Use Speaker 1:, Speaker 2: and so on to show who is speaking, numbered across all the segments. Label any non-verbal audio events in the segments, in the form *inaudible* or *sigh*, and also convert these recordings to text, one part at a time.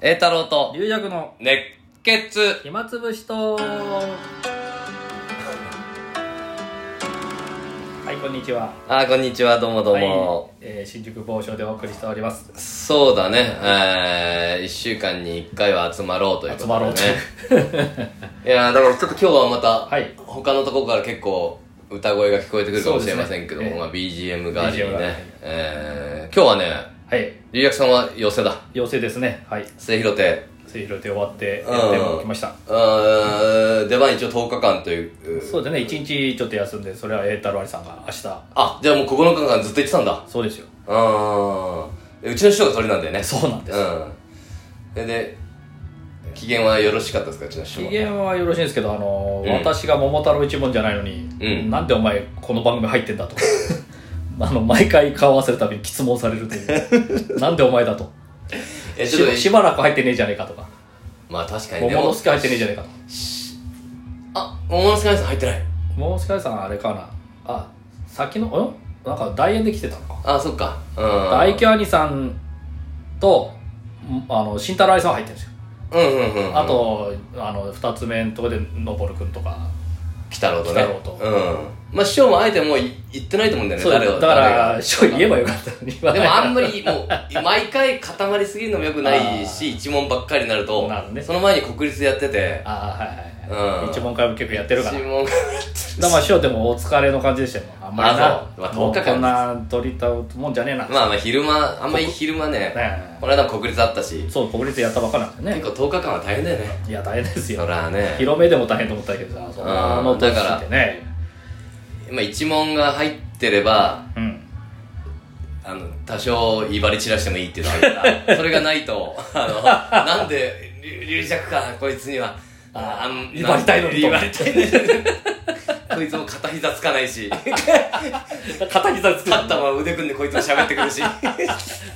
Speaker 1: 栄太郎と
Speaker 2: 龍弱の
Speaker 1: 熱血
Speaker 2: 暇つぶしとはいこんにちは
Speaker 1: あーこんにちはどうもどうも、
Speaker 2: はいえー新宿某所でお送りしております
Speaker 1: そうだねえー、1週間に1回は集まろうということ
Speaker 2: 集まろうと
Speaker 1: ね *laughs* いやーだからちょっと今日はまた、
Speaker 2: はい
Speaker 1: 他のところから結構歌声が聞こえてくるかもしれませんけども、
Speaker 2: そう
Speaker 1: まあ、BGM 代わりに
Speaker 2: BGM 代わり
Speaker 1: ね
Speaker 2: に、
Speaker 1: えー、今日はね
Speaker 2: はい
Speaker 1: 龍役さんは寄せだ
Speaker 2: 陽性ですねはい
Speaker 1: 末広亭
Speaker 2: 水広で終わってやってもきました
Speaker 1: うーん出番一応10日間という
Speaker 2: そうですね一日ちょっと休んでそれは栄太郎兄さんが明日
Speaker 1: あじゃあもう9日間ずっと行ってたんだ
Speaker 2: そうですよ
Speaker 1: うんうちの師匠がそれなんだよね
Speaker 2: そうなんです
Speaker 1: うんそれで機嫌はよろしかったですかうちの師匠
Speaker 2: 機
Speaker 1: は
Speaker 2: 嫌はよろしいんですけどあの、
Speaker 1: うん
Speaker 2: 私が桃太郎一門じゃないのに、
Speaker 1: うん
Speaker 2: なんでお前この番組入ってんだと *laughs* あの毎回顔合わせるたびに質問されるという
Speaker 1: *laughs*
Speaker 2: なんでお前だと
Speaker 1: えちょっ
Speaker 2: し
Speaker 1: と
Speaker 2: しばらく入ってねえじゃねえかとか
Speaker 1: まあ確かに
Speaker 2: 桃
Speaker 1: ね
Speaker 2: 之助入ってねえじゃねえかと
Speaker 1: あ桃之助さん入ってない
Speaker 2: 桃之助さんあれかなあ先のんなんか大演で来てたのか
Speaker 1: あそっかうん
Speaker 2: 愛嬌兄さんとんあの慎太郎兄さんは入ってるんですよ
Speaker 1: うんうんうんうん
Speaker 2: あとあの2つ目のとこでのぼるくんとか
Speaker 1: 鬼太郎とね
Speaker 2: 鬼太郎と
Speaker 1: うんまあ師匠もあえてもうい言ってないと思うんだよね
Speaker 2: そうだ
Speaker 1: 誰
Speaker 2: よ
Speaker 1: を
Speaker 2: だか
Speaker 1: 誰が
Speaker 2: ら師匠言えばよかったのに
Speaker 1: でもあんまりもう毎回固まりすぎるのもよくないし一問ばっかりになると
Speaker 2: なるね
Speaker 1: その前に国立やってて
Speaker 2: ああはいはいはい、
Speaker 1: うん
Speaker 2: 一問会も結構やってるから
Speaker 1: 一
Speaker 2: だか
Speaker 1: 問
Speaker 2: らまあ師匠でもお疲れの感じでしたよあんまり
Speaker 1: あそうまあ
Speaker 2: なもう
Speaker 1: 10日間
Speaker 2: こんな取りたもんじゃねえな、
Speaker 1: まあまあ昼間あんまり昼間ね
Speaker 2: ね
Speaker 1: この間も国立あったし
Speaker 2: そう国立やったばっかなんですよ
Speaker 1: 結
Speaker 2: ね
Speaker 1: 構10日間は大変だよね
Speaker 2: いや大変です
Speaker 1: そ
Speaker 2: よ
Speaker 1: らね
Speaker 2: 広めでも大変と思ったけどさそんなあの年ってね
Speaker 1: 今一問が入ってれば
Speaker 2: うん
Speaker 1: あの多少威張り散らしてもいいっていうのがあるから
Speaker 2: *laughs*
Speaker 1: それがないとあのなんでり流弱かこいつには
Speaker 2: あ
Speaker 1: あん
Speaker 2: 威張りたいのに
Speaker 1: 威張りたいのに *laughs* こいつも片膝つかないし
Speaker 2: 肩膝つく
Speaker 1: 立ったまま腕組んでこいつも喋ってくる
Speaker 2: *laughs*
Speaker 1: し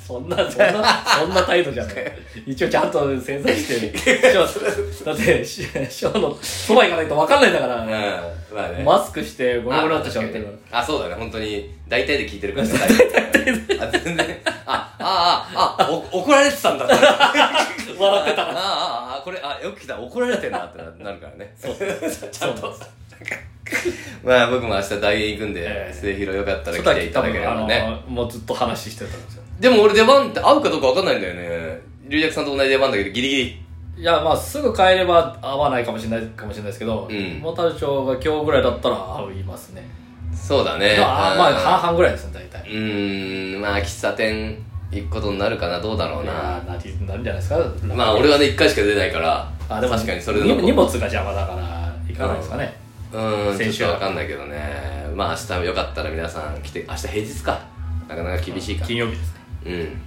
Speaker 2: そんなそんなそんな態度じゃない一応ちゃんと潜在して師匠だって師師匠のそば行かないと分かんないんだか
Speaker 1: うん
Speaker 2: ら
Speaker 1: まあね
Speaker 2: マスクしてゴロゴロってしゃ
Speaker 1: あ
Speaker 2: ってる
Speaker 1: あそうだね本当に大体で聞いてるから
Speaker 2: *laughs*
Speaker 1: ねあ全然ああああお怒られてたんだって
Speaker 2: 笑って
Speaker 1: ああああこれあよく来た怒られてんなってななるからねちゃん
Speaker 2: そう
Speaker 1: とまあ僕も明日大変行くんで、
Speaker 2: ええ
Speaker 1: 末広よかったら来
Speaker 2: そうだ
Speaker 1: ていた
Speaker 2: 多
Speaker 1: だけれ
Speaker 2: 分あ
Speaker 1: ば
Speaker 2: の、
Speaker 1: ね
Speaker 2: もうずっと話してたんですよ
Speaker 1: でも俺出番って合うかどうか分かんないんだよね龍尺さんと同じ出番だけどギリギリ
Speaker 2: いやまあすぐ帰れば合わないかもしれないかもしれないですけど
Speaker 1: うん
Speaker 2: モタル長が今日ぐらいだったら合いますね、
Speaker 1: そうだね
Speaker 2: まあ、まあ
Speaker 1: うん
Speaker 2: 半々ぐらいですね大体
Speaker 1: うーんまあ喫茶店行くことになるかなどうだろう
Speaker 2: い
Speaker 1: な
Speaker 2: やなりなるんじゃないですか
Speaker 1: まあ俺はね1回しか出ないから
Speaker 2: あでも
Speaker 1: 確かにそれで
Speaker 2: 荷
Speaker 1: も
Speaker 2: 荷物が邪魔だから行かないですかね、
Speaker 1: うーん
Speaker 2: 先
Speaker 1: ち
Speaker 2: 週
Speaker 1: ょっ
Speaker 2: は
Speaker 1: と分かんないけどねまあ明日よかったら皆さん来て明日平日かなかなか厳しいか
Speaker 2: 金曜日ですね
Speaker 1: うん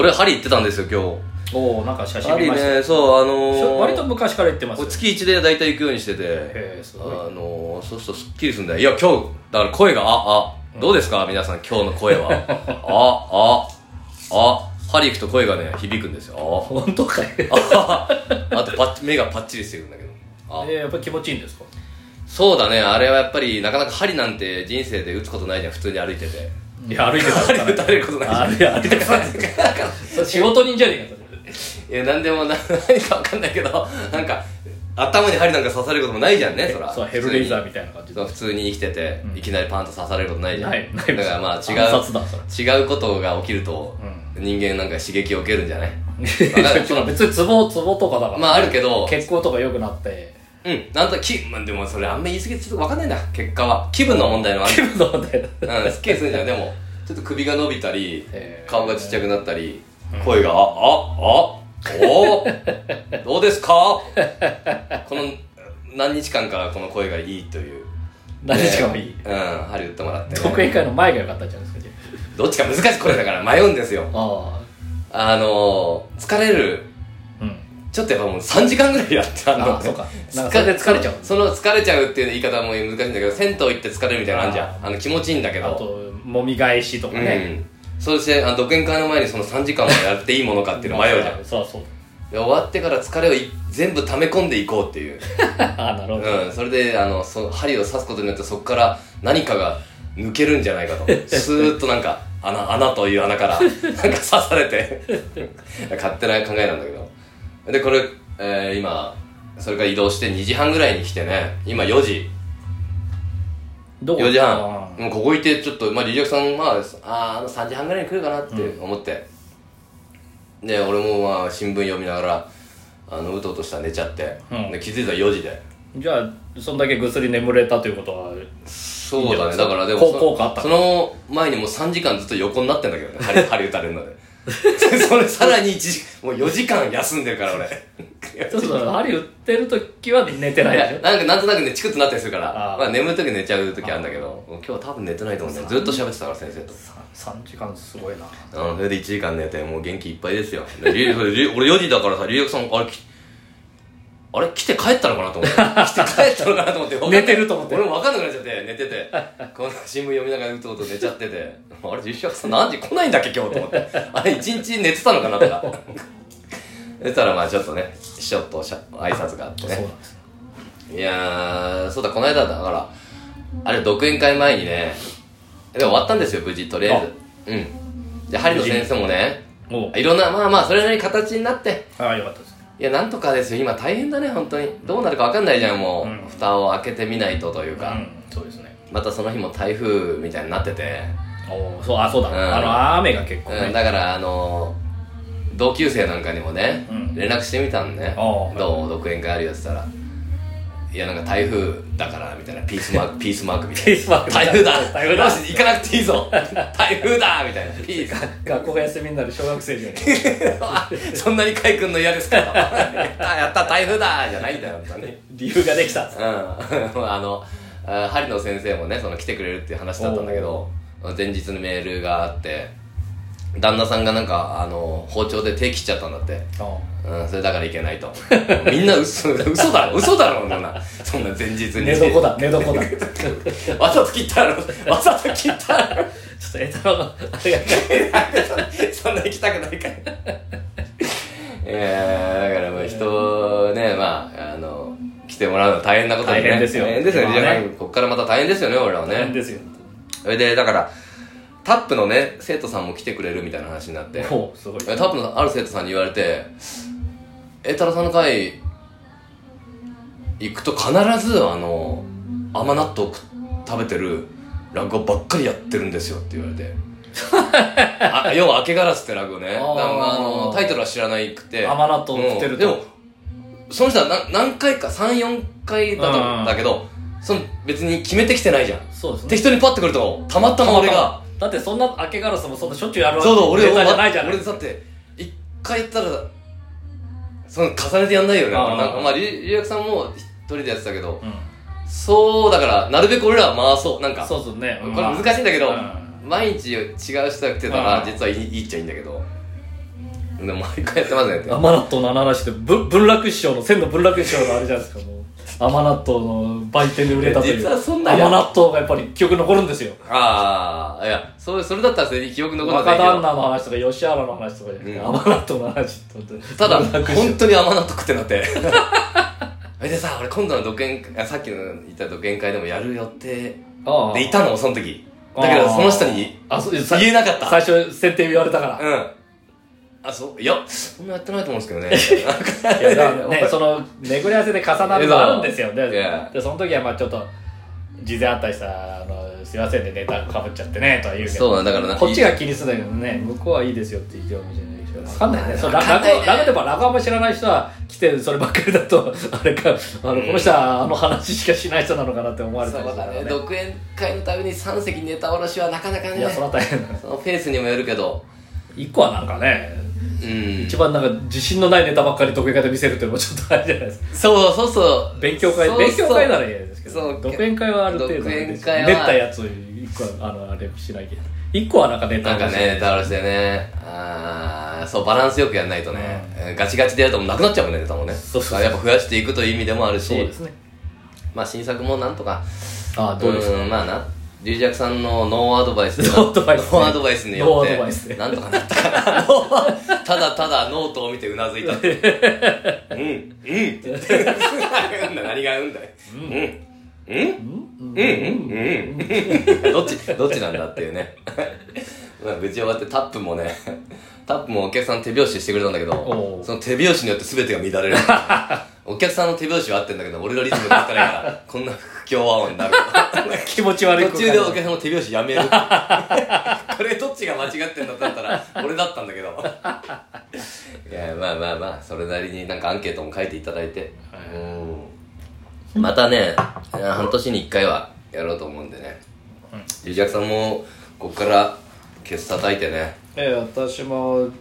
Speaker 1: 俺ハリ行ってたんですよ
Speaker 2: おおなんか写
Speaker 1: 今日ハ
Speaker 2: 真見
Speaker 1: リ
Speaker 2: ました、
Speaker 1: ねそうあ
Speaker 2: しょ
Speaker 1: のー、
Speaker 2: 割と昔から行ってます
Speaker 1: 俺
Speaker 2: よ
Speaker 1: 月1で大体行くようにしてて
Speaker 2: へえす
Speaker 1: あ
Speaker 2: ごい
Speaker 1: のー、そうするとすっきりするんだよいや今日だから声がああどうですか皆さん今日の声
Speaker 2: *laughs*
Speaker 1: はあああハリ行くと声がね響くんですよあ
Speaker 2: 本当かい
Speaker 1: ああとパッチ目がパッチリしてくるんだけどあ
Speaker 2: えーやっぱり気持ちいいんですか
Speaker 1: そうだねあれはやっぱりなかなか針なんて人生で打つことないじゃん普通に歩いて
Speaker 2: *laughs*
Speaker 1: て
Speaker 2: いや歩いてた
Speaker 1: *laughs*
Speaker 2: から
Speaker 1: 打たれることないじゃん
Speaker 2: 歩いて歩いてた
Speaker 1: *laughs*
Speaker 2: から仕事人じゃねえかそれ
Speaker 1: いや何でもな何か分かんないけどなんか頭に針なんか刺されることもないじゃんねそら
Speaker 2: そうヘルレイザーみ
Speaker 1: い
Speaker 2: たいな感じで
Speaker 1: な普通に生きてて、
Speaker 2: うん
Speaker 1: いきなりパンと刺されることないじゃん
Speaker 2: ないない
Speaker 1: だからまあ違
Speaker 2: 暗殺だそう
Speaker 1: 違うことが起きると、人間なんか刺激を受けるんじゃ
Speaker 2: *laughs*
Speaker 1: ないわかるその
Speaker 2: 別にツボツボとかだから、
Speaker 1: まああるけど
Speaker 2: 血行とか良くなって
Speaker 1: うんなんとき、まあ、でもそれあんま言い過ぎてちょっと分かんないな結果は気分の問題のある
Speaker 2: 気分の問題だ
Speaker 1: うん、すっきりするんじゃんでもちょっと首が伸びたり
Speaker 2: へー
Speaker 1: 顔がちっちゃくなったり声が「あああおーどうですか?」この何日間かこの声がいいという
Speaker 2: 何日かもいい、
Speaker 1: うん針打ってもらって、
Speaker 2: 特演会の前が良かったんじゃないですかじゃ
Speaker 1: どっちか難しいこれだから迷うんですよ
Speaker 2: ああ
Speaker 1: あのー、疲れる
Speaker 2: あうん
Speaker 1: ちょっとやっぱもう3時間ぐらいやったの
Speaker 2: ああそうかなんかそれで疲れちゃう
Speaker 1: その疲れちゃうっていう言い方も難しいんだけど銭湯行って疲れるみたいなのあんじゃんあの気持ちいいんだけど
Speaker 2: あと揉み返しとかね、
Speaker 1: うん、そしてあの独演会の前にその3時間もやっていいものかっていうの迷うじゃん
Speaker 2: そうそう *laughs*
Speaker 1: で終わってから疲れをい全部溜め込んでいこうっていう、
Speaker 2: ああなるほど、
Speaker 1: うん、それであのそ針を刺すことによってそこから何かが抜けるんじゃないか
Speaker 2: *laughs*
Speaker 1: とスーッと *laughs* なんか穴穴という穴からなんか刺されて勝手な考えなんだけどでこれ、えー今それから移動して2時半ぐらいに来てね今4時
Speaker 2: どこ
Speaker 1: 4時
Speaker 2: あ
Speaker 1: 半
Speaker 2: ー
Speaker 1: もうここいてちょっとまあリリアクさんまああーあの3時半ぐらいに来るかなって思って、で俺もまあ新聞読みながらあのうとうとしたら寝ちゃって、
Speaker 2: うん
Speaker 1: で気づいたら4時で
Speaker 2: じゃあそんだけぐっすり眠れたということは
Speaker 1: そうだ
Speaker 2: いいんじゃな
Speaker 1: ね
Speaker 2: いですか
Speaker 1: だからでも
Speaker 2: こう
Speaker 1: そ
Speaker 2: 効果あった
Speaker 1: その前にもう3時間ずっと横になってんだけどね針針打たれるの
Speaker 2: *laughs*
Speaker 1: でそれさらに1時もう4時間休んでるから俺
Speaker 2: そうそう針打ってる時は寝てないいでし
Speaker 1: やなんかなんとなくねチクッとなったりするから
Speaker 2: あー
Speaker 1: まあ、眠る時寝ちゃう時あるんだけど今日は多分寝てないと思うんだよずっと喋ってたから先生と
Speaker 2: ょさ3時間すごいな
Speaker 1: うんそれで1時間寝てもう元気いっぱいですよでリュ *laughs* ウリュウ俺4時だからさリュウヤクさんあれきあれ来て帰ったのかなと思って *laughs* 来て帰ったのかなと思って *laughs* わかんない
Speaker 2: 寝てると思って
Speaker 1: 俺も分かんなくなっちゃって寝ててこの新聞読みながらうとうと寝ちゃっててあれリュウヤクさん何時来ないんだっけ今日と思ってあれ1日寝てたのかなとか *laughs* そしたらまあちょっとね師匠としゃ挨拶があって
Speaker 2: そう
Speaker 1: ね
Speaker 2: なんですよ
Speaker 1: いやー、そうだ、この間だから、あれ、独演会前にね、で終わったんですよ、無事、とりあえず。うん。で、針の先生もね、
Speaker 2: おう
Speaker 1: いろんな、まあまあ、それなりに形になって、
Speaker 2: ああよかったです
Speaker 1: いや、なんとかですよ、今大変だね、本当に。どうなるかわかんないじゃん、もう、
Speaker 2: うん
Speaker 1: 蓋を開けてみないとという
Speaker 2: う
Speaker 1: か、
Speaker 2: んそうですね
Speaker 1: またその日も台風みたいになってて、
Speaker 2: おうそうあそうだ、
Speaker 1: うん
Speaker 2: あの雨が結
Speaker 1: う
Speaker 2: 構
Speaker 1: ん、
Speaker 2: ね、
Speaker 1: だから、あの同級生なんかにもね、
Speaker 2: うん
Speaker 1: 連絡してみたんね、
Speaker 2: ああ
Speaker 1: どう独演会あるよって言ったら、いや、なんか台風だから、みたいな、ピース
Speaker 2: *laughs*
Speaker 1: マーク、ピースマークみたいな
Speaker 2: ピー。スマーク
Speaker 1: 台風だ
Speaker 2: 台風だ
Speaker 1: よし行かなくていいぞ台風だみたいなピース
Speaker 2: 学校が休みになる小学生には
Speaker 1: あ
Speaker 2: *laughs*
Speaker 1: そんなに海君の嫌ですか *laughs* やったやった台風だじゃないんだよ本当に
Speaker 2: 理由ができた
Speaker 1: うん *laughs* あのあ針野先生もねその来てくれるっていう話だったんだけど前日のメールがあって旦那さんがなんかあの包丁で手切っちゃったんだって
Speaker 2: おう
Speaker 1: うん、それだからいけないと *laughs* みんな嘘嘘だろ嘘だろそんなそんな前日に
Speaker 2: 寝床だ寝床だちょ
Speaker 1: *laughs*
Speaker 2: っ
Speaker 1: わざと切ったろわざと切ったろ
Speaker 2: と栄太郎のあれが
Speaker 1: そんな行きたくないから。 *laughs* いやーだからもう人ね、まあ、あの、来てもらうのは大変なことね
Speaker 2: 大変ですよ
Speaker 1: 大変ですよね。
Speaker 2: まあね
Speaker 1: リリアさんこっからまた大変ですよね、俺らは
Speaker 2: なん
Speaker 1: ね。
Speaker 2: ですよ
Speaker 1: それで、だから、タップのね、生徒さんも来てくれるみたいな話になって、
Speaker 2: おうすごい
Speaker 1: タップのある生徒さんに言われて、えたらさんの会、行くと必ず、あの、甘納豆食べてる落語ばっかりやってるんですよって言われ
Speaker 2: *laughs*
Speaker 1: て。あ要は「明けガラス」って落語ね
Speaker 2: あー
Speaker 1: なんかあのタイトルは知らないくて
Speaker 2: 甘納豆を食って
Speaker 1: う
Speaker 2: ると
Speaker 1: んでもその人は何何回か34回だと
Speaker 2: うんうん
Speaker 1: だけどその別に決めてきてないじゃん
Speaker 2: そうですね
Speaker 1: 適当にパッてくるとたまたま俺が
Speaker 2: だってそんな明けガラスもそんなしょっちゅうやるわけ
Speaker 1: そうそう俺
Speaker 2: ネタ
Speaker 1: 俺
Speaker 2: じゃないじゃん
Speaker 1: 俺だって一回やったらその重ねてやんないよね
Speaker 2: あー
Speaker 1: なんかまありりやくさんも一人でやってたけど
Speaker 2: うん
Speaker 1: そうだからなるべく俺らは回そうなんか
Speaker 2: そうそうね
Speaker 1: これ難しいんだけど、
Speaker 2: うん
Speaker 1: 毎日違う人が来てたら
Speaker 2: うん
Speaker 1: 実はいいいいっちゃいいんだけどでも毎回やってますねって
Speaker 2: 甘納豆の話でぶ文楽師匠の千の文楽師匠のあれじゃないですかもう甘納豆の売店で売 *laughs* れたという
Speaker 1: 実はそんなんや
Speaker 2: 甘納豆がやっぱり記憶残るんですよ
Speaker 1: ああいやそれそれだったらそれに記憶残ら
Speaker 2: 若
Speaker 1: ないけ
Speaker 2: 旦
Speaker 1: ど
Speaker 2: 那の話とか吉原の話とかじゃなくて
Speaker 1: うん
Speaker 2: 甘納豆の話ってことで
Speaker 1: ただ
Speaker 2: 文 *laughs* 楽師匠
Speaker 1: 本当に甘納豆食ってなって *laughs* それでさ俺今度の独演会あさっきの言った独演会でもやる予定
Speaker 2: ああ
Speaker 1: でいたのその時だけどその人に
Speaker 2: あそうさ
Speaker 1: 言えなかった
Speaker 2: 最初設定言われたから
Speaker 1: *laughs* うんあそういやそんなやってないと思うんですけどね
Speaker 2: *laughs* いやだから
Speaker 1: *laughs*
Speaker 2: ね、その巡り合わせで重なるのあるんですよね
Speaker 1: いや
Speaker 2: でその時はまあちょっと事前あったりしたらあのすいませんねネタかぶっちゃってねとは言うけど
Speaker 1: そうなんだからな
Speaker 2: こっちが気にするんだけどね向こうはいいですよって言ってるわけじゃないでしょ分かんないね
Speaker 1: わ
Speaker 2: そ
Speaker 1: かん
Speaker 2: う
Speaker 1: な
Speaker 2: ラ
Speaker 1: い
Speaker 2: ラグラグでもラグあんま知らない人は来てそればっかりだとあれかあのこの人はあの話しかしない人なのかなって思われた
Speaker 1: そう
Speaker 2: りするか
Speaker 1: だ
Speaker 2: ら
Speaker 1: ね
Speaker 2: ね
Speaker 1: 独演会のために3席ネタおろしはなかなかね
Speaker 2: いやそれは大変だ
Speaker 1: そのペースにもよるけど
Speaker 2: 一個はなんかね
Speaker 1: うん
Speaker 2: 一番なんか自信のないネタばっかり得意方見せるっていうのもちょっとあれじゃないですか
Speaker 1: そうそうそう
Speaker 2: 勉強会
Speaker 1: そうそう
Speaker 2: 勉強会ならいいですけ
Speaker 1: そ
Speaker 2: ど
Speaker 1: う
Speaker 2: 独演会はある程度
Speaker 1: 独演
Speaker 2: 練
Speaker 1: 会は
Speaker 2: ったやつ一個はあのあれしなきゃ一個はなんかネタ
Speaker 1: なん
Speaker 2: を
Speaker 1: か
Speaker 2: しな
Speaker 1: ね
Speaker 2: い
Speaker 1: ネタおろしでねあーそうバランスよくやんないとね、ガチガチでやるともうなくなっちゃうもんねネタもね
Speaker 2: そうそうそう
Speaker 1: やっぱ増やしていくという意味でもある
Speaker 2: そう
Speaker 1: し
Speaker 2: ですね
Speaker 1: まあ新作もなんとか
Speaker 2: あどうですか
Speaker 1: んまあな龍尺さんのノーアドバイスで
Speaker 2: *laughs* ノーアドバイスね
Speaker 1: ノーアドバイスによっ
Speaker 2: ノーア
Speaker 1: て
Speaker 2: ドバイスね
Speaker 1: なんとかなったかなノ
Speaker 2: *laughs*
Speaker 1: ーただただノートを見てうなずいたってうん
Speaker 2: *laughs*
Speaker 1: うんって何がうんだようんうんうんうんうんどっちどっちなんだっていうねまあ無事終わってタップもねタップもお客さん手拍子してくれたんだけ
Speaker 2: お
Speaker 1: ど
Speaker 2: う
Speaker 1: その手拍子によって全てが乱れるお客さんの手拍子は合ってんだけど俺のリズムが合ってないからこんな不協和音になる
Speaker 2: *laughs* 気持ち悪い
Speaker 1: 途中でお客さんの手拍子や
Speaker 2: *laughs*
Speaker 1: めるってこれどっちが間違ってんだったら俺だったんだけどいやまあまあまあそれなりになんかアンケートも書いていただいて、
Speaker 2: はい
Speaker 1: うんまたねいや半年に1回はやろうと思うんでね
Speaker 2: うん
Speaker 1: 龍尺さんもこっからケツ叩いてね
Speaker 2: ええ私も
Speaker 1: う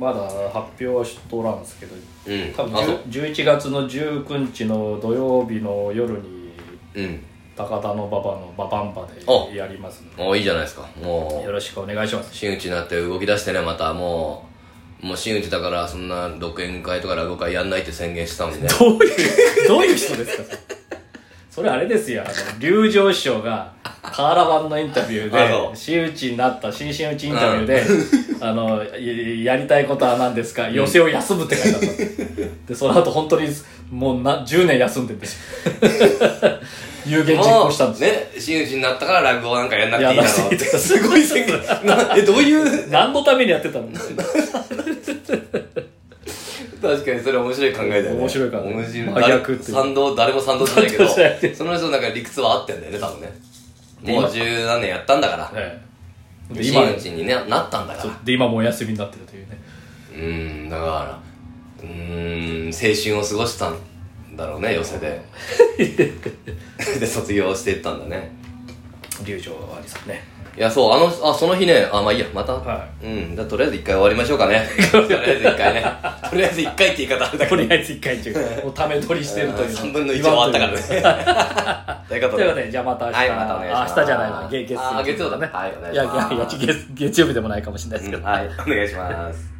Speaker 2: まだ発表はしとらんすけど
Speaker 1: んうん
Speaker 2: 多分
Speaker 1: あそう
Speaker 2: 11月の19日の土曜日の夜に
Speaker 1: うん
Speaker 2: 高田の馬場のババンバ
Speaker 1: お
Speaker 2: でやりますん
Speaker 1: もういいじゃないですかも
Speaker 2: でよ
Speaker 1: う
Speaker 2: ろしくお願いします
Speaker 1: 真打ちになって動き出してねまたもうもう真打ちだからそんな独演会とか落語会やんないって宣言してたもんね
Speaker 2: どういうどういう人ですかそれそれあれですよあの龍城師匠が瓦版のインタビュ
Speaker 1: あそ
Speaker 2: ー
Speaker 1: う
Speaker 2: で真打ちになった新真打ちインタビューで、 *laughs* あのいやりたいことは何ですか寄席を休むって書いてあったのでその後本当にもうな10年休ん
Speaker 1: *laughs*
Speaker 2: でて有言実
Speaker 1: も
Speaker 2: 行したんで
Speaker 1: う
Speaker 2: すよ
Speaker 1: ね真打ちになったから落語なんかやんなくていいだ
Speaker 2: やん
Speaker 1: ろ
Speaker 2: な
Speaker 1: う
Speaker 2: く
Speaker 1: ってて
Speaker 2: いいだろう
Speaker 1: すごい宣言 *laughs* なえどういう
Speaker 2: *laughs* 何のためにやって
Speaker 1: *laughs*
Speaker 2: たの
Speaker 1: 確かにそれ面白い考えだよね
Speaker 2: 面白い考え
Speaker 1: 面白い
Speaker 2: 真逆っていう
Speaker 1: 誰賛同誰も賛同じゃないけど
Speaker 2: *laughs* 賛同じゃない
Speaker 1: その人の中で理屈は合ってんだよね多分ね
Speaker 2: で
Speaker 1: もう十何年やったんだから
Speaker 2: ええで今
Speaker 1: 真打ちにねなったんだから
Speaker 2: そうで今もお休みになってるというね
Speaker 1: うーんだからうーん青春を過ごしたんだろうね寄席
Speaker 2: *laughs*
Speaker 1: でで卒業していったんだね
Speaker 2: 龍城ありさんね
Speaker 1: いやそうあのあその日ねあまあいいやまた、
Speaker 2: は
Speaker 1: うんじゃあとりあえず一回終わりましょうか *laughs* ねとりあえず一回ねとりあえず一回って言い方あれだけ
Speaker 2: *laughs*
Speaker 1: ど
Speaker 2: と
Speaker 1: *laughs*
Speaker 2: りあえず1回中もうため取りしてるという
Speaker 1: 3分の1終わったからね *laughs* ということ
Speaker 2: *laughs* ということ
Speaker 1: で
Speaker 2: でじゃあまた明日、
Speaker 1: はいまたお願いします
Speaker 2: あ明日じゃないな月月
Speaker 1: あ月曜だね
Speaker 2: は
Speaker 1: はいい
Speaker 2: お
Speaker 1: お願
Speaker 2: 願い
Speaker 1: い
Speaker 2: し
Speaker 1: し
Speaker 2: ま
Speaker 1: ますす
Speaker 2: いやいやいや月月曜日でもないかもしれないですけ
Speaker 1: う
Speaker 2: ど、
Speaker 1: んはいお願いします